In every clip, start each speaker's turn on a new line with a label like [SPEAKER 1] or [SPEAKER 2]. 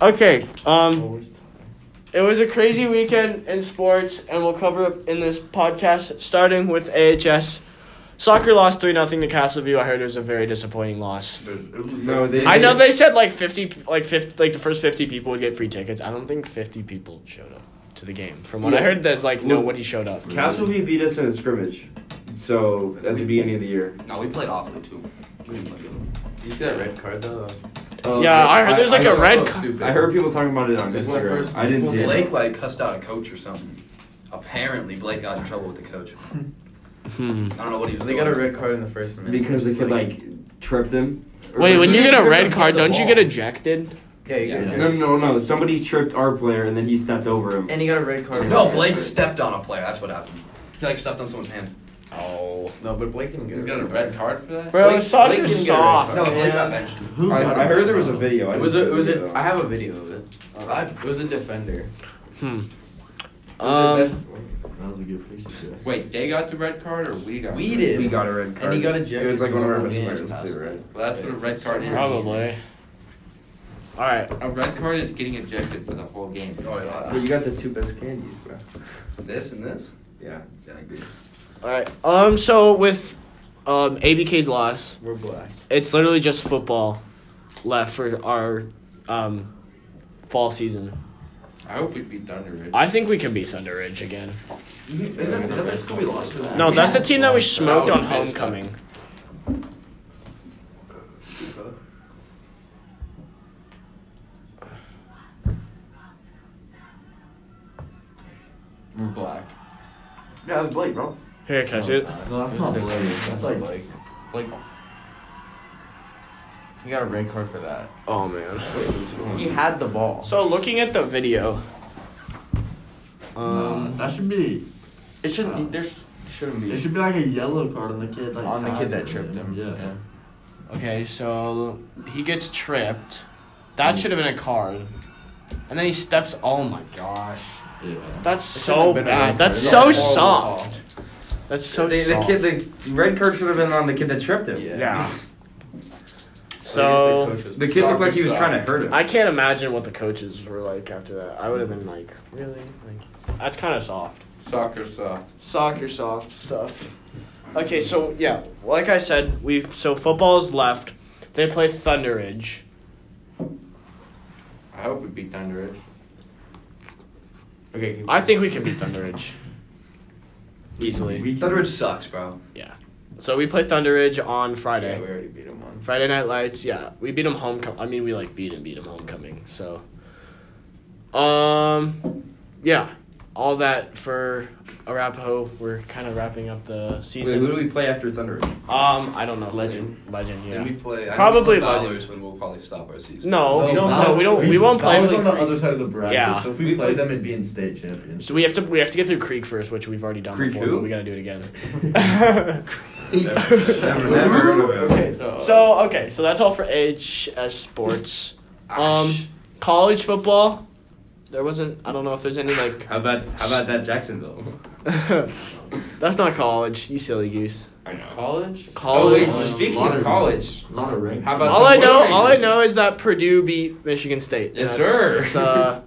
[SPEAKER 1] Okay. Um, it was a crazy weekend in sports, and we'll cover it in this podcast, starting with AHS. Soccer lost 3 0 to Castleview. I heard it was a very disappointing loss.
[SPEAKER 2] No, they-
[SPEAKER 1] I know they said like 50, like 50, like the first 50 people would get free tickets. I don't think 50 people showed up to the game. From what I
[SPEAKER 2] Yeah.
[SPEAKER 1] heard, there's like nobody showed up.
[SPEAKER 2] Castleview beat us in a scrimmage. So at the beginning of the year.
[SPEAKER 3] No, we played awfully too. We didn't play good.
[SPEAKER 4] You see that red card though?
[SPEAKER 2] Um,
[SPEAKER 1] Oh, Yeah, I heard there's like
[SPEAKER 2] I-
[SPEAKER 1] a
[SPEAKER 4] so
[SPEAKER 1] red
[SPEAKER 4] so
[SPEAKER 1] ca-
[SPEAKER 4] stupid.
[SPEAKER 2] I heard people talking about it on
[SPEAKER 4] It's my
[SPEAKER 2] Instagram.
[SPEAKER 4] first-
[SPEAKER 2] I didn't see
[SPEAKER 3] Well, Blake
[SPEAKER 2] it.
[SPEAKER 3] like cussed out a coach or something. Apparently, Blake got in trouble with the coach.
[SPEAKER 1] Hmm.
[SPEAKER 3] I don't know what he was.
[SPEAKER 4] They
[SPEAKER 3] doing.
[SPEAKER 4] got a red card in the first minute.
[SPEAKER 2] Because the kid like tripped him. Or-
[SPEAKER 1] Wait, when you get a
[SPEAKER 4] Could've
[SPEAKER 1] red
[SPEAKER 4] played
[SPEAKER 1] card,
[SPEAKER 4] the
[SPEAKER 1] don't you
[SPEAKER 4] ball.
[SPEAKER 1] get ejected?
[SPEAKER 4] yeah, you
[SPEAKER 3] Yeah.
[SPEAKER 4] got
[SPEAKER 2] No, no, no, no. Somebody tripped our player and then he stepped over him.
[SPEAKER 4] And he got a red card.
[SPEAKER 3] No, Blake stepped on a player. That's what happened. He like stepped on someone's hand.
[SPEAKER 4] Oh no, but Blake didn't get.
[SPEAKER 5] He's got a red card for that?
[SPEAKER 1] Bro,
[SPEAKER 4] Blake-
[SPEAKER 1] soccer's
[SPEAKER 4] Blake didn't get a red
[SPEAKER 1] soft.
[SPEAKER 4] card.
[SPEAKER 3] No, Blake got
[SPEAKER 1] man.
[SPEAKER 3] benched.
[SPEAKER 2] I, I heard there was a video. I
[SPEAKER 4] It was a, it was a,
[SPEAKER 2] it?
[SPEAKER 4] I have a video of it. Um,
[SPEAKER 3] I-
[SPEAKER 4] it was a defender.
[SPEAKER 1] Hmm.
[SPEAKER 4] It was the
[SPEAKER 1] Um,
[SPEAKER 4] best-
[SPEAKER 5] That was a good face to say.
[SPEAKER 4] Wait,
[SPEAKER 5] Wait, they got the red card or we got?
[SPEAKER 4] We
[SPEAKER 5] the red
[SPEAKER 4] did.
[SPEAKER 2] we got a red card.
[SPEAKER 4] And he got ejected.
[SPEAKER 2] It was like one of our
[SPEAKER 4] from the
[SPEAKER 2] best
[SPEAKER 4] game.
[SPEAKER 2] players too, right?
[SPEAKER 5] card? Well, that's what a red card is.
[SPEAKER 1] probably. All right.
[SPEAKER 5] A red card is getting ejected for the whole game.
[SPEAKER 3] Oh, yeah.
[SPEAKER 2] But you got the two best candies, bro.
[SPEAKER 3] This and this.
[SPEAKER 2] Yeah.
[SPEAKER 3] Yeah, I agree.
[SPEAKER 1] All right. Um. So with, um, ABK's loss,
[SPEAKER 4] We're black.
[SPEAKER 1] it's literally just football left for our, um, fall season.
[SPEAKER 5] I hope we beat Thunder Ridge.
[SPEAKER 1] I think we can beat Thunder Ridge again.
[SPEAKER 3] Isn't that, is that the school we lost to?
[SPEAKER 1] No, that's the team that we smoked
[SPEAKER 5] That
[SPEAKER 1] on
[SPEAKER 5] was messed up.
[SPEAKER 1] homecoming.
[SPEAKER 5] We're black.
[SPEAKER 2] Yeah, it was Blake, bro.
[SPEAKER 1] Here, can I see it?
[SPEAKER 4] No, that's not Blake. That's like Blake.
[SPEAKER 5] Like,
[SPEAKER 4] He got a red card for that.
[SPEAKER 1] Oh man.
[SPEAKER 4] He had the ball.
[SPEAKER 1] So looking at the video.
[SPEAKER 4] Uh,
[SPEAKER 1] Um.
[SPEAKER 6] that should be.
[SPEAKER 4] It shouldn't. be There shouldn't be.
[SPEAKER 6] It should be like a yellow card on the kid. Like
[SPEAKER 4] on the kid that
[SPEAKER 6] tackling
[SPEAKER 4] tripped him.
[SPEAKER 6] Yeah.
[SPEAKER 1] Okay, so he gets tripped. That should have been a card. And then he steps. Oh my gosh.
[SPEAKER 6] Yeah.
[SPEAKER 1] That's
[SPEAKER 4] shouldn't
[SPEAKER 1] so
[SPEAKER 4] have been a
[SPEAKER 1] bad.
[SPEAKER 4] red
[SPEAKER 1] That's
[SPEAKER 4] card.
[SPEAKER 1] so
[SPEAKER 4] It's a horrible
[SPEAKER 1] soft. That's so
[SPEAKER 2] the, the
[SPEAKER 1] soft.
[SPEAKER 2] kid, the red card should have been on the kid that tripped him.
[SPEAKER 4] Yeah.
[SPEAKER 1] Yeah.
[SPEAKER 4] I
[SPEAKER 1] So
[SPEAKER 4] guess the coach was-
[SPEAKER 2] The kid looked like he was
[SPEAKER 4] Soccer
[SPEAKER 2] trying to
[SPEAKER 4] sucked.
[SPEAKER 2] hurt him.
[SPEAKER 1] I can't imagine what the coaches were like after that. I would have been like, really? Like that's kind of soft.
[SPEAKER 5] soccer soft.
[SPEAKER 1] Soccer soft stuff. Okay, so yeah, like I said, we so football's left. They play Thunder Ridge.
[SPEAKER 5] I hope we beat Thunder Ridge.
[SPEAKER 4] Okay.
[SPEAKER 1] I think we can beat Thunder Ridge easily.
[SPEAKER 3] Thunder Ridge sucks, bro.
[SPEAKER 1] So we play Thunder Ridge on
[SPEAKER 4] Yeah,
[SPEAKER 1] Friday.
[SPEAKER 4] we already beat him on.
[SPEAKER 1] Friday Night Lights. Yeah, we beat them homecoming. I mean, we like beat and beat them homecoming. So, um, yeah, all that for Arapaho. We're kind of wrapping up the
[SPEAKER 2] Wait,
[SPEAKER 1] season.
[SPEAKER 2] who do we play after Thunder? Ridge?
[SPEAKER 1] Um, I don't know.
[SPEAKER 4] Legend.
[SPEAKER 1] Legend.
[SPEAKER 3] And we
[SPEAKER 1] Yeah.
[SPEAKER 3] play. I know
[SPEAKER 1] Probably
[SPEAKER 3] we play
[SPEAKER 1] Legend.
[SPEAKER 3] Ballers when we'll probably stop our season.
[SPEAKER 1] No,
[SPEAKER 4] we
[SPEAKER 1] no,
[SPEAKER 4] don't-
[SPEAKER 1] we don't. We won't play.
[SPEAKER 4] Ballers
[SPEAKER 5] was
[SPEAKER 4] on
[SPEAKER 5] on
[SPEAKER 4] the
[SPEAKER 5] the
[SPEAKER 4] Creek.
[SPEAKER 5] other side of the bracket.
[SPEAKER 1] Yeah.
[SPEAKER 5] So
[SPEAKER 4] If we played them, it'd be in state champions.
[SPEAKER 1] So we have to we have to get through Creek first, which we've already done
[SPEAKER 2] Creek
[SPEAKER 1] before.
[SPEAKER 2] who?
[SPEAKER 1] But we gotta do it again.
[SPEAKER 2] Never, never.
[SPEAKER 1] okay.
[SPEAKER 4] uh,
[SPEAKER 1] So okay. So that's all for HS sports. Um, college football. There wasn't. I don't know if there's any like.
[SPEAKER 2] How about how about that Jacksonville?
[SPEAKER 1] That's not college, you silly goose.
[SPEAKER 2] I know.
[SPEAKER 4] College.
[SPEAKER 5] Oh,
[SPEAKER 1] College.
[SPEAKER 5] wait, speaking
[SPEAKER 6] lot
[SPEAKER 5] of
[SPEAKER 6] of-
[SPEAKER 5] college.
[SPEAKER 6] Not a ring.
[SPEAKER 5] How about
[SPEAKER 1] all
[SPEAKER 5] the
[SPEAKER 1] I know,
[SPEAKER 5] Warriors?
[SPEAKER 1] all I know is that Purdue beat Michigan State.
[SPEAKER 2] Yes,
[SPEAKER 1] That's,
[SPEAKER 2] sir.
[SPEAKER 1] uh,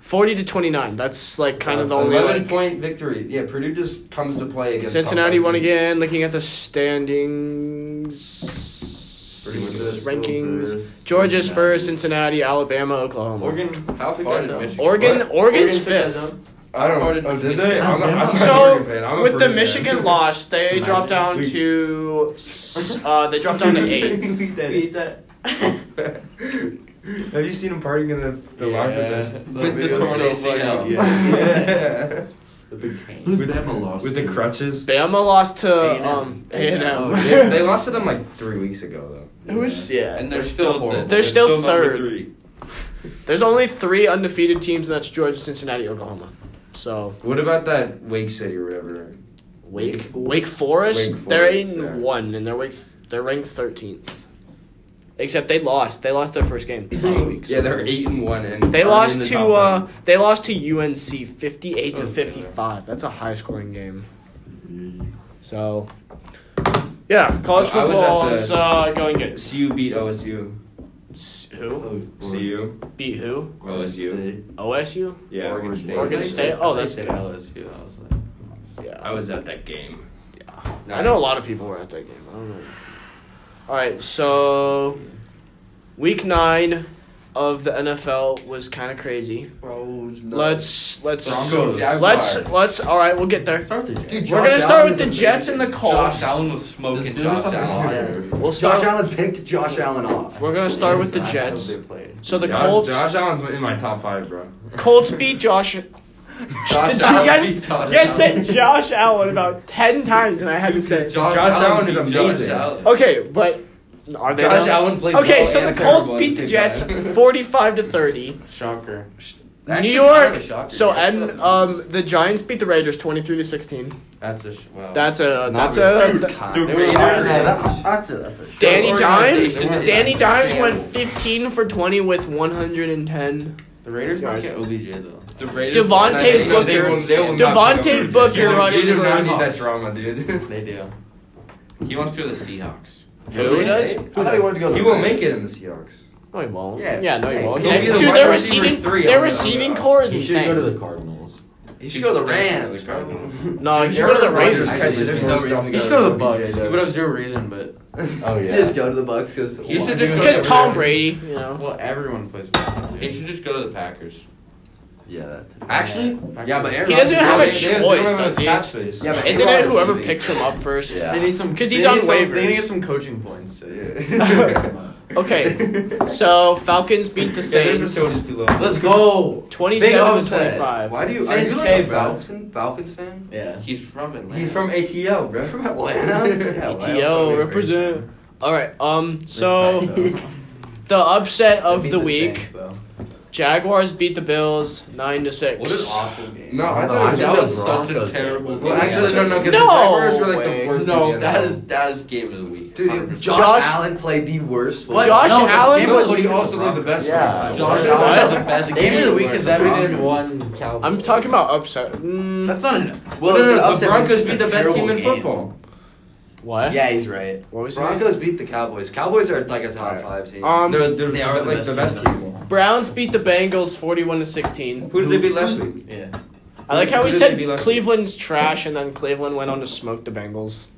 [SPEAKER 1] Forty to twenty nine. That's like kind of the only.
[SPEAKER 2] Eleven
[SPEAKER 1] like-
[SPEAKER 2] point victory. Yeah, Purdue just comes to play against.
[SPEAKER 1] Cincinnati
[SPEAKER 2] top
[SPEAKER 1] won
[SPEAKER 2] teams.
[SPEAKER 1] again. Looking at the standings,
[SPEAKER 2] Purdue
[SPEAKER 1] rankings. Georgia's first. Cincinnati, Alabama, Oklahoma.
[SPEAKER 4] Oregon.
[SPEAKER 5] How
[SPEAKER 4] took
[SPEAKER 5] far
[SPEAKER 4] that
[SPEAKER 5] did
[SPEAKER 4] dub.
[SPEAKER 5] Michigan-
[SPEAKER 1] Oregon,
[SPEAKER 5] What?
[SPEAKER 1] Oregon's
[SPEAKER 4] Oregon took that
[SPEAKER 1] fifth.
[SPEAKER 4] dub.
[SPEAKER 2] I
[SPEAKER 5] How far
[SPEAKER 2] don't.
[SPEAKER 5] did
[SPEAKER 2] Oh, did
[SPEAKER 5] Michigan
[SPEAKER 2] they?
[SPEAKER 5] do?
[SPEAKER 2] I'm not, I'm not a Oregon fan. I'm
[SPEAKER 1] So
[SPEAKER 2] a
[SPEAKER 1] with the
[SPEAKER 2] Purdue fan.
[SPEAKER 1] Michigan loss, they dropped down
[SPEAKER 2] We-
[SPEAKER 1] to s- uh, they dropped down to eighth.
[SPEAKER 2] Beat that. Have you seen him partying in the, the locker room?
[SPEAKER 5] The
[SPEAKER 2] With the
[SPEAKER 5] video's
[SPEAKER 2] torn
[SPEAKER 5] so
[SPEAKER 2] ACL.
[SPEAKER 5] funny.
[SPEAKER 2] Yeah.
[SPEAKER 4] The big cane.
[SPEAKER 6] Who's Bama lost?
[SPEAKER 2] With the
[SPEAKER 6] to?
[SPEAKER 2] crutches.
[SPEAKER 1] Bama lost to
[SPEAKER 4] A&M.
[SPEAKER 1] um A and
[SPEAKER 6] Oh,
[SPEAKER 2] Yeah, they
[SPEAKER 1] M.
[SPEAKER 2] lost to them like three weeks ago
[SPEAKER 1] Who is yeah?
[SPEAKER 5] And they're still horrible.
[SPEAKER 1] They're still
[SPEAKER 5] number
[SPEAKER 1] third.
[SPEAKER 5] three.
[SPEAKER 1] There's only three undefeated teams, and that's Georgia, Cincinnati, Oklahoma. So
[SPEAKER 2] though. What about that Wake City or whatever?
[SPEAKER 1] Wake Wake Forest,
[SPEAKER 2] Wake
[SPEAKER 1] they're eight
[SPEAKER 2] Forest,
[SPEAKER 1] and
[SPEAKER 2] yeah.
[SPEAKER 1] one, and they're wake, they're ranked thirteenth. Except they lost. They lost their first game. last week, so-
[SPEAKER 2] yeah, they're eight and one, and
[SPEAKER 1] They
[SPEAKER 2] aren't
[SPEAKER 1] lost
[SPEAKER 2] in the
[SPEAKER 1] to
[SPEAKER 2] top Oh,
[SPEAKER 1] uh,
[SPEAKER 2] ten.
[SPEAKER 1] they lost to UNC fifty eight to
[SPEAKER 4] Okay.
[SPEAKER 1] fifty five. That's a high scoring game.
[SPEAKER 6] Yeah.
[SPEAKER 1] So, yeah, college
[SPEAKER 2] Mm. I was at
[SPEAKER 1] football is
[SPEAKER 2] the-
[SPEAKER 1] uh, going good.
[SPEAKER 2] CU beat OSU.
[SPEAKER 1] S- who?
[SPEAKER 2] CU,
[SPEAKER 1] Beat who?
[SPEAKER 2] OSU.
[SPEAKER 1] OSU?
[SPEAKER 2] Yeah.
[SPEAKER 5] Oregon State.
[SPEAKER 1] Oregon State? Oh, that's
[SPEAKER 5] They
[SPEAKER 1] good.
[SPEAKER 5] said LSU. I was like,
[SPEAKER 1] Yeah.
[SPEAKER 2] I was at that game.
[SPEAKER 1] I know a lot of people were at that game. I don't know. All right, so week nine of the NFL was kind of crazy.
[SPEAKER 4] Bro,
[SPEAKER 1] Let's let's
[SPEAKER 5] Broncos, Jaguars.
[SPEAKER 1] let's let's. All right, we'll get there.
[SPEAKER 4] Start the Jets.
[SPEAKER 1] We're gonna start with the Jets and the Colts.
[SPEAKER 5] Josh Allen was smoking Josh Allen.
[SPEAKER 1] We'll
[SPEAKER 7] Josh
[SPEAKER 1] start.
[SPEAKER 7] Allen picked Josh Allen off.
[SPEAKER 1] We're gonna start with the Jets. So the
[SPEAKER 2] Josh,
[SPEAKER 1] Colts.
[SPEAKER 2] Josh Allen's in my top five, bro.
[SPEAKER 1] Colts beat Josh.
[SPEAKER 5] Josh
[SPEAKER 1] you
[SPEAKER 5] Allen
[SPEAKER 1] guys,
[SPEAKER 5] beat
[SPEAKER 1] you
[SPEAKER 5] Josh
[SPEAKER 1] guys
[SPEAKER 5] Allen.
[SPEAKER 1] said Josh Allen about ten times, and I had to say. it.
[SPEAKER 5] Josh,
[SPEAKER 2] Josh Allen
[SPEAKER 5] beat
[SPEAKER 2] is
[SPEAKER 5] Josh
[SPEAKER 2] amazing.
[SPEAKER 5] Allen.
[SPEAKER 1] Okay, but are they?
[SPEAKER 5] Josh
[SPEAKER 1] though?
[SPEAKER 5] Allen played
[SPEAKER 1] Okay,
[SPEAKER 5] well
[SPEAKER 1] so the
[SPEAKER 5] and
[SPEAKER 1] Colts
[SPEAKER 5] terrible at
[SPEAKER 1] beat
[SPEAKER 5] the
[SPEAKER 1] the Jets
[SPEAKER 5] same time.
[SPEAKER 1] forty-five to thirty.
[SPEAKER 5] Shocker.
[SPEAKER 1] New
[SPEAKER 3] Actually, kind
[SPEAKER 1] York.
[SPEAKER 3] of a shocker,
[SPEAKER 1] so
[SPEAKER 3] yeah.
[SPEAKER 1] and um, the Giants beat the Raiders twenty-three to sixteen.
[SPEAKER 5] That's a sh- wow.
[SPEAKER 1] That's a
[SPEAKER 3] Not
[SPEAKER 1] that's
[SPEAKER 3] really.
[SPEAKER 1] a.
[SPEAKER 3] That's
[SPEAKER 1] th-
[SPEAKER 3] kind.
[SPEAKER 5] The
[SPEAKER 3] They were-
[SPEAKER 5] Raiders-
[SPEAKER 6] That's it. That's it.
[SPEAKER 1] Danny Dimes.
[SPEAKER 5] Organization.
[SPEAKER 1] Danny
[SPEAKER 5] Organization.
[SPEAKER 1] Dimes went
[SPEAKER 5] Shambles.
[SPEAKER 1] fifteen for twenty with one hundred and ten.
[SPEAKER 5] The Raiders might
[SPEAKER 1] Guys.
[SPEAKER 5] get OBJ though.
[SPEAKER 2] The Raiders-
[SPEAKER 1] Devontae
[SPEAKER 2] They- they- they
[SPEAKER 1] Booker-
[SPEAKER 2] will- they will not
[SPEAKER 1] Devontae
[SPEAKER 2] do that.
[SPEAKER 1] Booker
[SPEAKER 2] They will-
[SPEAKER 1] rushed
[SPEAKER 2] They do
[SPEAKER 1] for
[SPEAKER 2] not
[SPEAKER 1] a
[SPEAKER 2] need that
[SPEAKER 5] box.
[SPEAKER 2] drama, dude.
[SPEAKER 5] They do. He wants to go to the Seahawks.
[SPEAKER 1] Who does?
[SPEAKER 7] I thought he wanted to go.
[SPEAKER 2] He won't make it in the Seahawks.
[SPEAKER 1] No, he won't. Yeah,
[SPEAKER 5] Yeah.
[SPEAKER 1] no, he
[SPEAKER 5] Hey,
[SPEAKER 1] won't.
[SPEAKER 5] he'll
[SPEAKER 1] Yeah,
[SPEAKER 5] be the
[SPEAKER 1] dude,
[SPEAKER 5] wide
[SPEAKER 1] their
[SPEAKER 2] receiver
[SPEAKER 1] receiving
[SPEAKER 2] three on
[SPEAKER 1] their
[SPEAKER 2] the-
[SPEAKER 1] receiving core is
[SPEAKER 6] He should go to
[SPEAKER 1] insane.
[SPEAKER 6] the Cardinals.
[SPEAKER 3] He should go to the Rams,
[SPEAKER 5] He
[SPEAKER 3] bro.
[SPEAKER 1] No, he should go to the Raiders.
[SPEAKER 3] I see. There's no reason to
[SPEAKER 5] He should go to the Bucks. He would have zero reason, but
[SPEAKER 6] Oh yeah.
[SPEAKER 3] Just go to the Bucks because
[SPEAKER 5] He should just go
[SPEAKER 1] Just
[SPEAKER 5] to
[SPEAKER 1] Tom
[SPEAKER 5] the
[SPEAKER 1] Brady, you know.
[SPEAKER 5] Well, everyone plays. Bucks. He should just go to the Packers.
[SPEAKER 6] Yeah. That
[SPEAKER 3] Actually, yeah, but Aaron
[SPEAKER 1] He doesn't
[SPEAKER 3] Rodgers-
[SPEAKER 1] have a
[SPEAKER 2] They- they- they
[SPEAKER 1] choice,
[SPEAKER 2] don't have
[SPEAKER 1] does
[SPEAKER 2] enough
[SPEAKER 1] he?
[SPEAKER 2] cap space.
[SPEAKER 3] Yeah, but
[SPEAKER 1] Isn't
[SPEAKER 3] Aaron
[SPEAKER 1] it
[SPEAKER 3] Rodgers
[SPEAKER 1] whoever
[SPEAKER 3] leaving.
[SPEAKER 1] picks him up first?
[SPEAKER 6] Yeah.
[SPEAKER 5] They need some
[SPEAKER 1] 'Cause
[SPEAKER 5] they
[SPEAKER 1] he's
[SPEAKER 5] need
[SPEAKER 1] on
[SPEAKER 5] some- They
[SPEAKER 1] waivers.
[SPEAKER 5] need to get some coaching points.
[SPEAKER 1] Okay, so Falcons beat the
[SPEAKER 2] Yeah, their
[SPEAKER 1] Saints
[SPEAKER 2] facility's too low.
[SPEAKER 3] Let's go. Big
[SPEAKER 1] 27 to
[SPEAKER 3] upset.
[SPEAKER 1] 25.
[SPEAKER 3] Why do you?
[SPEAKER 2] Saints
[SPEAKER 3] are you
[SPEAKER 2] K,
[SPEAKER 3] like a
[SPEAKER 2] bro.
[SPEAKER 3] Falcons, Falcons fan?
[SPEAKER 6] yeah.
[SPEAKER 5] He's from Atlanta.
[SPEAKER 2] He's from ATL, bro.
[SPEAKER 3] From Atlanta?
[SPEAKER 2] Yeah,
[SPEAKER 1] ETO
[SPEAKER 2] Atlanta's
[SPEAKER 1] E represent. All right, um so the upset of
[SPEAKER 3] Beat
[SPEAKER 1] the week,
[SPEAKER 3] Saints, though.
[SPEAKER 1] Jaguars beat the Bills 9 to 6.
[SPEAKER 5] What an awful game.
[SPEAKER 2] No, I
[SPEAKER 6] No,
[SPEAKER 2] thought it
[SPEAKER 5] that
[SPEAKER 2] was the
[SPEAKER 5] was such a
[SPEAKER 6] Broncos game.
[SPEAKER 5] terrible.
[SPEAKER 2] Well,
[SPEAKER 5] game.
[SPEAKER 2] actually, no, no, because
[SPEAKER 1] No
[SPEAKER 2] the Jaguars were like
[SPEAKER 1] way.
[SPEAKER 2] the worst.
[SPEAKER 5] No,
[SPEAKER 2] in the
[SPEAKER 5] that
[SPEAKER 2] NFL.
[SPEAKER 5] is that is game of the week.
[SPEAKER 3] Dude,
[SPEAKER 5] 100%.
[SPEAKER 3] Josh,
[SPEAKER 1] Josh-
[SPEAKER 3] Allen played the worst.
[SPEAKER 1] What? Josh
[SPEAKER 3] No, but
[SPEAKER 1] Allen
[SPEAKER 3] game
[SPEAKER 2] No,
[SPEAKER 3] of
[SPEAKER 1] was-
[SPEAKER 3] the
[SPEAKER 2] but
[SPEAKER 3] week
[SPEAKER 2] he
[SPEAKER 3] is
[SPEAKER 2] also
[SPEAKER 3] the
[SPEAKER 2] played the
[SPEAKER 3] Broncos.
[SPEAKER 2] best.
[SPEAKER 6] Yeah.
[SPEAKER 2] one.
[SPEAKER 5] Josh
[SPEAKER 1] What?
[SPEAKER 5] Allen had the best
[SPEAKER 3] Game of the week is that we did one.
[SPEAKER 6] Cowboys.
[SPEAKER 1] I'm talking about upset. Mm,
[SPEAKER 3] That's not an.
[SPEAKER 2] Well,
[SPEAKER 3] Well,
[SPEAKER 2] no, no,
[SPEAKER 3] it's
[SPEAKER 2] no, the
[SPEAKER 3] an upset, but it's
[SPEAKER 2] Broncos
[SPEAKER 3] just a
[SPEAKER 2] beat the best team
[SPEAKER 3] terrible
[SPEAKER 2] in
[SPEAKER 3] game.
[SPEAKER 2] football.
[SPEAKER 1] what?
[SPEAKER 3] Yeah, he's right.
[SPEAKER 1] What was it?
[SPEAKER 3] Broncos beat the Cowboys. Cowboys are like a top
[SPEAKER 2] Alright.
[SPEAKER 3] five team.
[SPEAKER 1] Um,
[SPEAKER 2] they're they're,
[SPEAKER 3] They are the
[SPEAKER 2] like the
[SPEAKER 3] best
[SPEAKER 2] best
[SPEAKER 3] team.
[SPEAKER 2] team.
[SPEAKER 1] Browns beat the Bengals 41 to 16.
[SPEAKER 2] Who did they beat last week?
[SPEAKER 5] Yeah.
[SPEAKER 1] I like how
[SPEAKER 2] Who
[SPEAKER 1] we
[SPEAKER 2] did they
[SPEAKER 1] said
[SPEAKER 2] beat last week?
[SPEAKER 1] Cleveland's trash and then Cleveland went on to smoke the Bengals.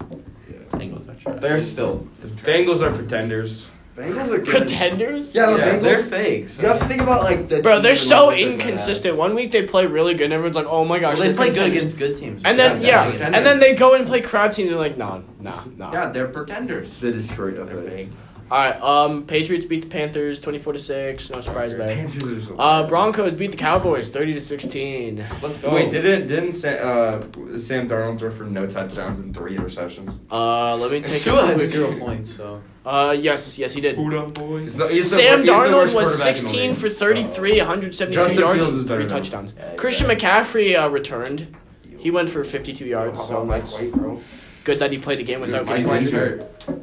[SPEAKER 5] Bengals are trash.
[SPEAKER 3] they're still
[SPEAKER 2] The Bengals are pretenders.
[SPEAKER 7] Bengals are good.
[SPEAKER 1] Contenders?
[SPEAKER 7] Yeah, the
[SPEAKER 2] Yeah,
[SPEAKER 7] Bengals.
[SPEAKER 3] they're fakes.
[SPEAKER 7] you have to think about like the.
[SPEAKER 1] Bro, they're
[SPEAKER 7] teams
[SPEAKER 1] so e-
[SPEAKER 7] and what they're
[SPEAKER 1] inconsistent. One week they play really good and everyone's like, "Oh my gosh,
[SPEAKER 3] they
[SPEAKER 1] they're
[SPEAKER 3] play good
[SPEAKER 1] contenders."
[SPEAKER 3] against good teams.
[SPEAKER 1] And then
[SPEAKER 3] Yeah,
[SPEAKER 1] yeah,
[SPEAKER 3] they're
[SPEAKER 1] and then they go and play crap teams and they're like, "Nah, nah, nah."
[SPEAKER 5] Yeah, they're pretenders.
[SPEAKER 2] The Detroit of
[SPEAKER 3] They're
[SPEAKER 2] it.
[SPEAKER 3] fake.
[SPEAKER 1] All right, um Patriots beat the Panthers 24 to 6. No surprise there.
[SPEAKER 2] Panthers are so
[SPEAKER 1] Uh Broncos beat the Cowboys 30 to 16.
[SPEAKER 5] Let's go.
[SPEAKER 2] Oh, Wait, didn't didn't Sam, uh, Sam Darnold throw for no touchdowns and three interceptions?
[SPEAKER 1] Uh let me take
[SPEAKER 3] Tua
[SPEAKER 1] a
[SPEAKER 3] had
[SPEAKER 1] quick
[SPEAKER 3] zero points, so
[SPEAKER 1] Uh yes, yes he did.
[SPEAKER 2] He's the- he's the
[SPEAKER 1] Sam
[SPEAKER 2] wor- he's the
[SPEAKER 1] Darnold
[SPEAKER 2] worst
[SPEAKER 1] was
[SPEAKER 2] quarterback in the
[SPEAKER 1] 16
[SPEAKER 2] league.
[SPEAKER 1] for 33, 172
[SPEAKER 2] Justin
[SPEAKER 1] yards,
[SPEAKER 2] Fields
[SPEAKER 1] and
[SPEAKER 2] is better
[SPEAKER 1] three
[SPEAKER 2] now.
[SPEAKER 1] touchdowns. Christian McCaffrey uh, returned. He went for 52 yards, so that's good that he played a game without
[SPEAKER 2] Mike
[SPEAKER 1] getting
[SPEAKER 2] White's
[SPEAKER 1] injured.
[SPEAKER 2] hurt.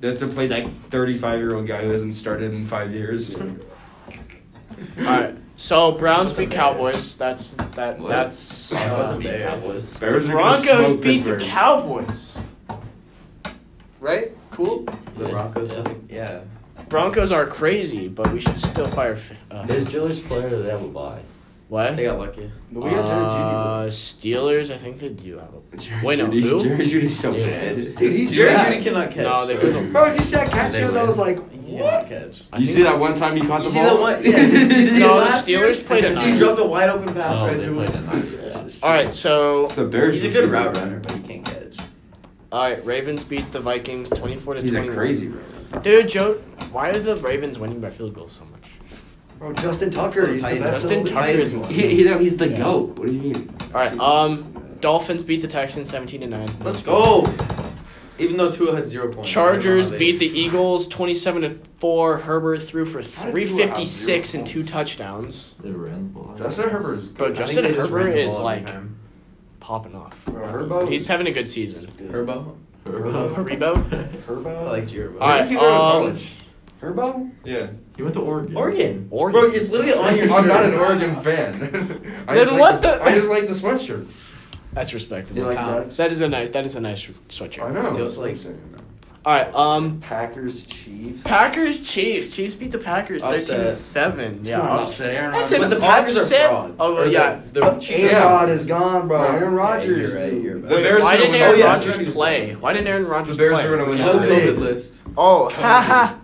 [SPEAKER 2] They have to play that 35 year old guy who hasn't started in five years.
[SPEAKER 1] All right. So Browns beat Cowboys. That's that.
[SPEAKER 5] What?
[SPEAKER 1] That's
[SPEAKER 3] Browns
[SPEAKER 1] uh,
[SPEAKER 3] beat Cowboys.
[SPEAKER 1] the
[SPEAKER 2] Bears are gonna
[SPEAKER 1] Broncos
[SPEAKER 2] smoke
[SPEAKER 1] beat the
[SPEAKER 2] Pittsburgh.
[SPEAKER 1] Cowboys. Right? Cool.
[SPEAKER 3] the Broncos. I think- Yeah.
[SPEAKER 1] Broncos are crazy, but we should still fire. F-
[SPEAKER 6] About.
[SPEAKER 1] Uh,
[SPEAKER 6] There's Steelers player that they have a bye.
[SPEAKER 1] what?
[SPEAKER 3] They got lucky.
[SPEAKER 7] But we got Jerry Judy.
[SPEAKER 1] Uh, Steelers. I think they do have a.
[SPEAKER 2] Jerry
[SPEAKER 1] Wait, no,
[SPEAKER 2] Judy,
[SPEAKER 1] who?
[SPEAKER 2] Jerry Judy's so
[SPEAKER 6] Yeah.
[SPEAKER 2] bad.
[SPEAKER 7] Dude, he's
[SPEAKER 3] Jerry
[SPEAKER 7] jacked.
[SPEAKER 3] Judy cannot catch.
[SPEAKER 1] No, they
[SPEAKER 3] so-
[SPEAKER 1] couldn't.
[SPEAKER 7] Bro, just that catch
[SPEAKER 3] They
[SPEAKER 7] show that
[SPEAKER 3] win.
[SPEAKER 7] was like,
[SPEAKER 6] He cannot catch.
[SPEAKER 1] I
[SPEAKER 2] You
[SPEAKER 1] think-
[SPEAKER 2] see that one time he caught
[SPEAKER 3] You
[SPEAKER 2] the
[SPEAKER 3] see
[SPEAKER 2] ball?
[SPEAKER 3] the one? Yeah. You see
[SPEAKER 1] No, the
[SPEAKER 3] last year?
[SPEAKER 1] Steelers played
[SPEAKER 3] Because
[SPEAKER 1] tonight.
[SPEAKER 3] He dropped a wide open pass
[SPEAKER 6] Oh,
[SPEAKER 3] right
[SPEAKER 6] they
[SPEAKER 3] through
[SPEAKER 6] played
[SPEAKER 3] him.
[SPEAKER 6] tonight.
[SPEAKER 1] All right. So
[SPEAKER 2] It's the Bears.
[SPEAKER 3] He's a
[SPEAKER 2] who
[SPEAKER 3] good
[SPEAKER 2] should
[SPEAKER 3] route
[SPEAKER 2] be-
[SPEAKER 3] runner, but he can't catch.
[SPEAKER 1] all right. Ravens beat the Vikings twenty-four to
[SPEAKER 2] He's a
[SPEAKER 1] twenty-one.
[SPEAKER 2] crazy route
[SPEAKER 1] Dude, Joe, why are the Ravens winning by field goals so much?
[SPEAKER 7] bro, Justin Tucker. He's the
[SPEAKER 3] Titan-
[SPEAKER 7] best
[SPEAKER 1] Justin
[SPEAKER 7] of all the
[SPEAKER 1] Tucker
[SPEAKER 7] Titans.
[SPEAKER 1] is insane.
[SPEAKER 2] He, he, no, he's the
[SPEAKER 1] Yeah.
[SPEAKER 2] GOAT. What do you mean?
[SPEAKER 1] All right. Um, Dolphins beat the Texans seventeen to nine.
[SPEAKER 3] Let's go. Even though Tua had zero points.
[SPEAKER 1] Chargers beat the Eagles 27 to 4. Herbert threw for 356 and two touchdowns.
[SPEAKER 6] They ran the ball.
[SPEAKER 2] Justin Herbert's
[SPEAKER 1] Bro, Justin Herbert is like popping off.
[SPEAKER 7] Bro, Herbo.
[SPEAKER 1] He's having a good season.
[SPEAKER 3] Herbo.
[SPEAKER 6] Herbo.
[SPEAKER 1] Rebo?
[SPEAKER 3] I
[SPEAKER 7] Herbo.
[SPEAKER 3] like Jerbo.
[SPEAKER 1] All right. Um,
[SPEAKER 7] Herbo.
[SPEAKER 2] Yeah.
[SPEAKER 6] He went to Oregon.
[SPEAKER 3] Oregon.
[SPEAKER 1] Oregon.
[SPEAKER 3] Bro, it's literally on your shirt.
[SPEAKER 2] I'm not an Oregon fan. I
[SPEAKER 1] Then
[SPEAKER 2] just like
[SPEAKER 1] what the-
[SPEAKER 2] I just like the sweatshirt.
[SPEAKER 1] that's
[SPEAKER 7] You
[SPEAKER 1] respectable.
[SPEAKER 7] like nuts?
[SPEAKER 1] That is a nice. That is a nice
[SPEAKER 2] I
[SPEAKER 1] sweatshirt.
[SPEAKER 2] know.
[SPEAKER 3] Feels like-
[SPEAKER 1] All right. Um,
[SPEAKER 7] Packers, Chiefs.
[SPEAKER 1] Packers Chiefs. Chiefs beat the Packers thirteen to
[SPEAKER 4] Upset.
[SPEAKER 1] seven. Yeah.
[SPEAKER 7] not
[SPEAKER 1] ups-
[SPEAKER 4] Aaron
[SPEAKER 1] That's
[SPEAKER 4] Rodgers-
[SPEAKER 1] an
[SPEAKER 4] But the Packers are
[SPEAKER 1] upset.
[SPEAKER 4] frauds.
[SPEAKER 1] Oh,
[SPEAKER 4] Or the-
[SPEAKER 1] yeah.
[SPEAKER 4] the
[SPEAKER 7] Aaron
[SPEAKER 4] Yeah.
[SPEAKER 7] Rod is gone, bro.
[SPEAKER 4] Yeah.
[SPEAKER 7] Aaron Rodgers.
[SPEAKER 4] Yeah, you're right,
[SPEAKER 2] The
[SPEAKER 1] Wait,
[SPEAKER 2] Bears
[SPEAKER 1] why
[SPEAKER 2] are
[SPEAKER 1] didn't
[SPEAKER 2] gonna
[SPEAKER 1] Aaron
[SPEAKER 2] win. Oh, yeah,
[SPEAKER 1] Rodgers
[SPEAKER 2] Rodgers.
[SPEAKER 1] play? Why didn't Aaron Rodgers
[SPEAKER 2] The Bears
[SPEAKER 1] play?
[SPEAKER 2] are gonna win.
[SPEAKER 7] So
[SPEAKER 2] that.
[SPEAKER 7] big.
[SPEAKER 4] COVID list.
[SPEAKER 1] oh, ha ha.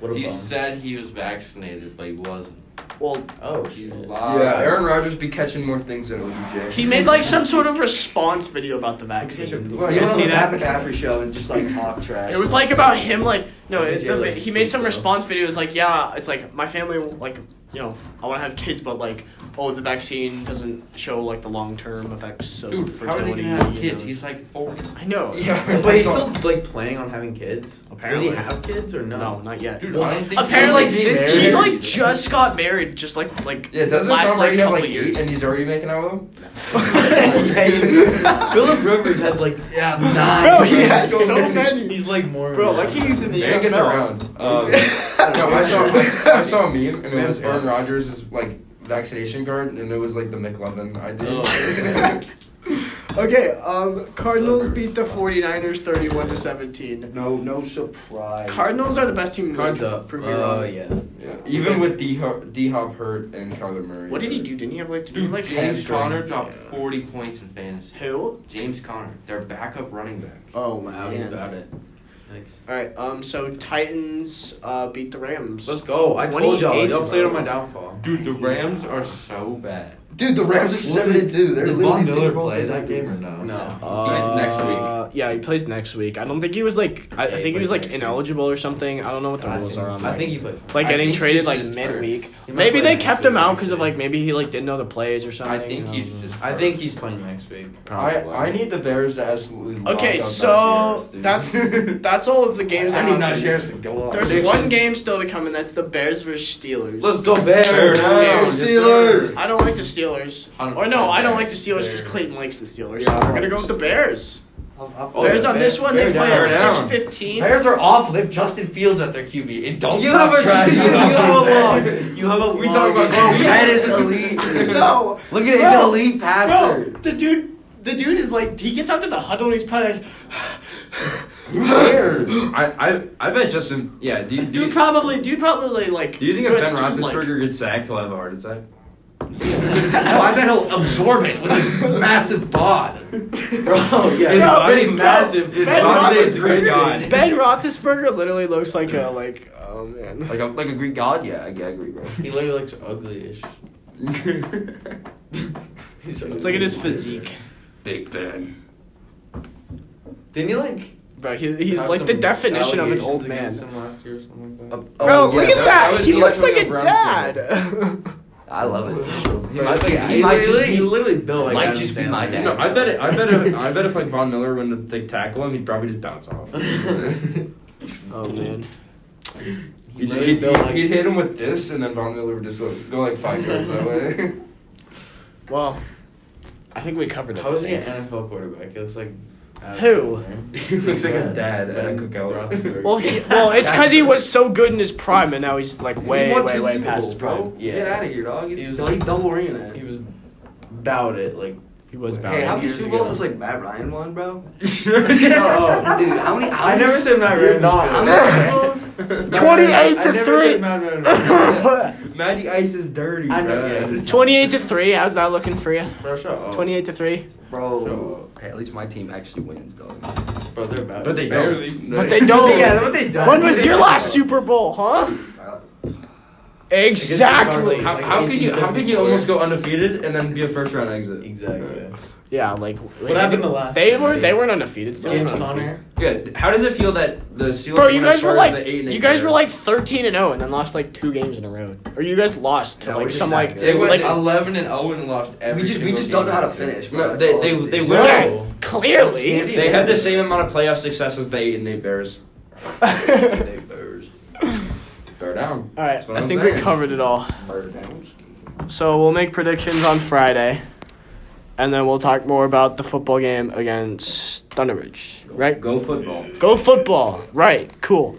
[SPEAKER 4] What a
[SPEAKER 5] He
[SPEAKER 4] bum.
[SPEAKER 5] said he was vaccinated, but he wasn't.
[SPEAKER 1] Well,
[SPEAKER 4] Oh,
[SPEAKER 5] He
[SPEAKER 4] shit.
[SPEAKER 5] lied.
[SPEAKER 2] Yeah, Aaron Rodgers be catching more things than OBJ.
[SPEAKER 1] he made like some sort of response video about the vaccine. You
[SPEAKER 7] Well, he
[SPEAKER 1] guys
[SPEAKER 7] went on
[SPEAKER 1] see
[SPEAKER 7] the Pat
[SPEAKER 1] that?
[SPEAKER 7] McCaffrey show and just like talk trash.
[SPEAKER 1] It was like about him, like no, it,
[SPEAKER 4] Yeah,
[SPEAKER 1] the,
[SPEAKER 4] like,
[SPEAKER 1] he made some
[SPEAKER 4] so.
[SPEAKER 1] response videos, like yeah, it's like my family, like you know, I want to have kids, but like, oh, the vaccine doesn't show like the long term effects of
[SPEAKER 5] Dude, how are they
[SPEAKER 1] fertility.
[SPEAKER 5] gonna have
[SPEAKER 1] you
[SPEAKER 5] kids?
[SPEAKER 1] know.
[SPEAKER 5] He's like 40.
[SPEAKER 1] I know.
[SPEAKER 2] Yeah,
[SPEAKER 4] But he's still like planning on having kids.
[SPEAKER 1] Apparently.
[SPEAKER 4] Does he have kids or no?
[SPEAKER 1] No, not yet.
[SPEAKER 5] Dude,
[SPEAKER 4] Well,
[SPEAKER 5] I don't think
[SPEAKER 1] Apparently,
[SPEAKER 2] He's, like,
[SPEAKER 1] like,
[SPEAKER 2] fifteen.
[SPEAKER 1] he like just got married, just like like
[SPEAKER 2] Yeah, doesn't
[SPEAKER 1] last
[SPEAKER 2] Tom Brady
[SPEAKER 1] like
[SPEAKER 2] have
[SPEAKER 1] couple
[SPEAKER 2] like
[SPEAKER 1] years.
[SPEAKER 2] eight and he's already making out with him?
[SPEAKER 4] Philip Rivers has like
[SPEAKER 7] yeah,
[SPEAKER 1] Bro,
[SPEAKER 7] nine.
[SPEAKER 1] he has
[SPEAKER 2] So
[SPEAKER 1] so
[SPEAKER 2] many.
[SPEAKER 1] many.
[SPEAKER 4] he's like more.
[SPEAKER 1] Bro, like he's in the
[SPEAKER 2] Man gets
[SPEAKER 1] NFL.
[SPEAKER 2] around. Um, no, I saw I, saw a meme and it was Aaron Rodgers is like vaccination guard and it was like the McLovin idea.
[SPEAKER 1] Okay, um, Cardinals beat the 49ers 31 to 17.
[SPEAKER 7] No, no surprise.
[SPEAKER 1] Cardinals are the best team in the
[SPEAKER 4] Cards
[SPEAKER 1] league.
[SPEAKER 4] up.
[SPEAKER 1] Prove me
[SPEAKER 4] Oh
[SPEAKER 1] wrong.
[SPEAKER 4] yeah.
[SPEAKER 2] yeah. Even with D Hop D Hop hurt and Kyler Murray.
[SPEAKER 1] What did he do? Didn't he have like, did he
[SPEAKER 5] Dude,
[SPEAKER 1] have, like
[SPEAKER 5] James
[SPEAKER 1] hamstring?
[SPEAKER 5] Conner dropped
[SPEAKER 1] Yeah.
[SPEAKER 5] 40 points in fantasy.
[SPEAKER 1] Who?
[SPEAKER 5] James Conner, their backup running back.
[SPEAKER 1] Oh
[SPEAKER 4] Wow, he's
[SPEAKER 1] man.
[SPEAKER 4] about it. Thanks.
[SPEAKER 1] All right, um, so Titans uh beat the Rams.
[SPEAKER 4] Let's go. I told y'all.
[SPEAKER 1] 28
[SPEAKER 4] Y'all
[SPEAKER 1] to
[SPEAKER 4] played on my
[SPEAKER 1] 16.
[SPEAKER 4] downfall.
[SPEAKER 5] Dude, the Rams are so bad.
[SPEAKER 7] Dude, the Rams are seven and two. They're
[SPEAKER 6] Did
[SPEAKER 7] literally
[SPEAKER 6] Von
[SPEAKER 7] Super
[SPEAKER 6] Miller
[SPEAKER 7] Bowl
[SPEAKER 6] play that game or
[SPEAKER 7] contenders.
[SPEAKER 6] no?
[SPEAKER 4] No.
[SPEAKER 5] plays next
[SPEAKER 1] Uh, Yeah, he plays next week. I don't think he was like. I, I
[SPEAKER 4] Yeah, he
[SPEAKER 1] think he was
[SPEAKER 4] plays
[SPEAKER 1] like
[SPEAKER 4] next week.
[SPEAKER 1] ineligible or something. I don't know what the
[SPEAKER 4] I
[SPEAKER 1] rules
[SPEAKER 4] think-
[SPEAKER 1] are on.
[SPEAKER 4] I
[SPEAKER 1] like-
[SPEAKER 4] think he plays.
[SPEAKER 1] like
[SPEAKER 5] I
[SPEAKER 1] getting
[SPEAKER 5] think
[SPEAKER 1] traded
[SPEAKER 5] he's
[SPEAKER 1] like
[SPEAKER 5] just
[SPEAKER 1] midweek.
[SPEAKER 4] He might
[SPEAKER 1] Maybe
[SPEAKER 4] play
[SPEAKER 1] they
[SPEAKER 4] next
[SPEAKER 1] kept him
[SPEAKER 4] week,
[SPEAKER 1] out because of
[SPEAKER 4] actually.
[SPEAKER 1] like maybe he like didn't know the plays or something. Um,
[SPEAKER 5] I think he's
[SPEAKER 1] don't know.
[SPEAKER 5] just.
[SPEAKER 4] I think he's playing next week.
[SPEAKER 2] I, I need the Bears to absolutely. lock
[SPEAKER 1] Okay,
[SPEAKER 2] out
[SPEAKER 1] so
[SPEAKER 2] Najee Harris, dude.
[SPEAKER 1] That's all of the games.
[SPEAKER 7] I
[SPEAKER 1] that
[SPEAKER 7] need
[SPEAKER 1] happened.
[SPEAKER 7] Najee Harris to go off.
[SPEAKER 1] There's
[SPEAKER 4] Prediction.
[SPEAKER 1] one game still to come, and that's the Bears versus Steelers.
[SPEAKER 4] Let's go Bears.
[SPEAKER 2] Bears.
[SPEAKER 4] Yes, sir.
[SPEAKER 1] I don't like the Steelers. Or no, I don't like the Steelers because Clayton likes the Steelers.
[SPEAKER 7] Yeah, I
[SPEAKER 1] We're gonna
[SPEAKER 7] like
[SPEAKER 1] go with the
[SPEAKER 7] the
[SPEAKER 1] Bears.
[SPEAKER 7] I'll- I'll-
[SPEAKER 4] Oh,
[SPEAKER 1] Bears
[SPEAKER 4] yeah,
[SPEAKER 1] on this
[SPEAKER 4] Bear-
[SPEAKER 1] one. They
[SPEAKER 4] Bear
[SPEAKER 1] play
[SPEAKER 4] down,
[SPEAKER 1] at
[SPEAKER 2] Bear down.
[SPEAKER 1] six fifteen.
[SPEAKER 4] Bears are awful. They have Justin Fields at their QB. It don't
[SPEAKER 7] You
[SPEAKER 4] stop
[SPEAKER 7] have a-
[SPEAKER 4] trying.
[SPEAKER 7] you
[SPEAKER 2] have a
[SPEAKER 4] You have a
[SPEAKER 2] We talk about
[SPEAKER 4] long-
[SPEAKER 2] Bro,
[SPEAKER 7] That is elite.
[SPEAKER 1] No.
[SPEAKER 7] Look at it. He's an
[SPEAKER 1] Bro.
[SPEAKER 7] elite
[SPEAKER 1] Bro,
[SPEAKER 7] passer.
[SPEAKER 1] the dude, the dude is like, he gets out to the huddle and he's probably like,
[SPEAKER 7] Who cares?
[SPEAKER 2] I, I I bet Justin. Yeah. Do, you- do,
[SPEAKER 1] dude,
[SPEAKER 2] you-
[SPEAKER 1] probably, dude, probably like.
[SPEAKER 2] do you think if Ben
[SPEAKER 1] guts to his, like-
[SPEAKER 2] Roethlisberger gets sacked, he'll have a heart attack?
[SPEAKER 4] No, I bet he'll absorb it with his massive bod. Bro, yeah.
[SPEAKER 2] His
[SPEAKER 1] No,
[SPEAKER 2] body's
[SPEAKER 1] Ben-
[SPEAKER 2] massive. His
[SPEAKER 1] Ben
[SPEAKER 2] body is
[SPEAKER 1] Roethlisberger-
[SPEAKER 2] great god.
[SPEAKER 1] Ben Roethlisberger literally looks like a like. Oh man.
[SPEAKER 3] Like a, like a Greek god? Yeah, I, yeah, I agree, bro.
[SPEAKER 4] He literally looks ugly-ish.
[SPEAKER 7] He's
[SPEAKER 1] Let's look at his physique,
[SPEAKER 2] Big Ben.
[SPEAKER 4] Didn't he like?
[SPEAKER 1] bro. He, he's
[SPEAKER 4] have
[SPEAKER 1] like the
[SPEAKER 4] some
[SPEAKER 1] definition of an
[SPEAKER 4] allegations
[SPEAKER 1] old
[SPEAKER 4] against
[SPEAKER 1] man.
[SPEAKER 4] him last year or something like that?
[SPEAKER 1] Bro,
[SPEAKER 2] Oh,
[SPEAKER 1] look at
[SPEAKER 2] yeah, that-
[SPEAKER 1] that.
[SPEAKER 2] that was
[SPEAKER 1] He
[SPEAKER 2] the
[SPEAKER 1] looks like a
[SPEAKER 2] Antonio Brown
[SPEAKER 1] dad.
[SPEAKER 3] I love it.
[SPEAKER 4] He might,
[SPEAKER 7] yeah,
[SPEAKER 4] he
[SPEAKER 7] he
[SPEAKER 4] might
[SPEAKER 7] literally-
[SPEAKER 4] just, he literally built like
[SPEAKER 3] might
[SPEAKER 4] Adam
[SPEAKER 3] just be
[SPEAKER 4] Sandler.
[SPEAKER 3] my dad.
[SPEAKER 2] No, I bet it. I bet if I bet if like Von Miller went to like, tackle him, he'd probably just bounce off.
[SPEAKER 1] oh man.
[SPEAKER 2] He'd,
[SPEAKER 4] literally
[SPEAKER 2] he'd,
[SPEAKER 4] built
[SPEAKER 2] he'd-
[SPEAKER 4] like-
[SPEAKER 2] he'd hit him with this, and then Von Miller would just like, go like five yards that way.
[SPEAKER 1] Well, I think we covered it.
[SPEAKER 4] How is he an NFL quarterback? It looks like Adam
[SPEAKER 1] Who?
[SPEAKER 4] Sandler.
[SPEAKER 2] he looks like a
[SPEAKER 4] Ben-
[SPEAKER 2] dad at a
[SPEAKER 4] Ben
[SPEAKER 2] cookout.
[SPEAKER 4] Roethlisberger.
[SPEAKER 1] Well, he, well, it's because he was so good in his prime, and now he's like way, way, way past his prime.
[SPEAKER 2] bro.
[SPEAKER 4] Yeah.
[SPEAKER 2] Get out of here, dog. He's
[SPEAKER 4] He was-
[SPEAKER 2] like double ring that.
[SPEAKER 4] He was about it. Like
[SPEAKER 1] He was bad.
[SPEAKER 3] Hey, how many
[SPEAKER 4] Years
[SPEAKER 3] Super Bowls
[SPEAKER 4] ago.
[SPEAKER 3] was like Matt Ryan won, bro?
[SPEAKER 4] Oh.
[SPEAKER 3] Dude, how many? How
[SPEAKER 4] I
[SPEAKER 3] many
[SPEAKER 4] never said Matt
[SPEAKER 3] You're
[SPEAKER 4] Ryan
[SPEAKER 3] not- How
[SPEAKER 4] was good.
[SPEAKER 3] many Super Bowls?
[SPEAKER 1] 28
[SPEAKER 4] I
[SPEAKER 1] to
[SPEAKER 4] never
[SPEAKER 1] three.
[SPEAKER 4] said Matt Ryan was good.
[SPEAKER 2] Matty Ice is dirty,
[SPEAKER 4] I know,
[SPEAKER 2] bro.
[SPEAKER 4] yeah.
[SPEAKER 1] 28 to 3. How's that looking for you?
[SPEAKER 4] Bro, shut up.
[SPEAKER 1] 28 to 3.
[SPEAKER 3] Bro, hey, at least my team actually wins, dog.
[SPEAKER 4] Bro, they're about
[SPEAKER 2] But
[SPEAKER 4] it.
[SPEAKER 2] they
[SPEAKER 3] Barely.
[SPEAKER 2] don't.
[SPEAKER 1] But they don't.
[SPEAKER 4] yeah, what they done.
[SPEAKER 1] When was your last Super Bowl, huh? Exactly.
[SPEAKER 2] How, how can you? How can you almost go undefeated and then be a first round exit?
[SPEAKER 4] Exactly.
[SPEAKER 1] Yeah, like
[SPEAKER 4] What happened the last?
[SPEAKER 1] They were they weren't undefeated. Still.
[SPEAKER 4] James Conner.
[SPEAKER 2] Yeah. How does it feel that the Steelers?
[SPEAKER 1] Bro,
[SPEAKER 2] went
[SPEAKER 1] you
[SPEAKER 2] as
[SPEAKER 1] guys
[SPEAKER 2] far
[SPEAKER 1] were
[SPEAKER 2] as
[SPEAKER 1] like
[SPEAKER 2] the eight and eight
[SPEAKER 1] you guys were
[SPEAKER 2] players?
[SPEAKER 1] like 13 and 0 and then lost like two games in a row. Or you guys lost to
[SPEAKER 7] No,
[SPEAKER 1] like
[SPEAKER 7] we're
[SPEAKER 1] some
[SPEAKER 7] just
[SPEAKER 1] like
[SPEAKER 7] not
[SPEAKER 2] They
[SPEAKER 7] good.
[SPEAKER 2] went
[SPEAKER 1] like
[SPEAKER 2] 11 and 0 and lost every.
[SPEAKER 7] We just we
[SPEAKER 2] single
[SPEAKER 7] just don't know
[SPEAKER 2] game.
[SPEAKER 7] how to finish. bro.
[SPEAKER 2] No, they-
[SPEAKER 7] That's all
[SPEAKER 2] they-
[SPEAKER 7] it
[SPEAKER 2] they
[SPEAKER 7] is.
[SPEAKER 2] were-
[SPEAKER 1] yeah,
[SPEAKER 2] Bro.
[SPEAKER 1] clearly.
[SPEAKER 2] They had the same amount of playoff success as the eight and eight Bears.
[SPEAKER 1] all
[SPEAKER 2] Bears. Bear down.
[SPEAKER 1] right,
[SPEAKER 2] That's what
[SPEAKER 1] I
[SPEAKER 2] I'm
[SPEAKER 1] think we
[SPEAKER 2] saying.
[SPEAKER 1] covered it all. So we'll make predictions on Friday, and then we'll talk more about the football game against Thunderbridge. Right?
[SPEAKER 2] Go football.
[SPEAKER 1] Go football. Right. Cool.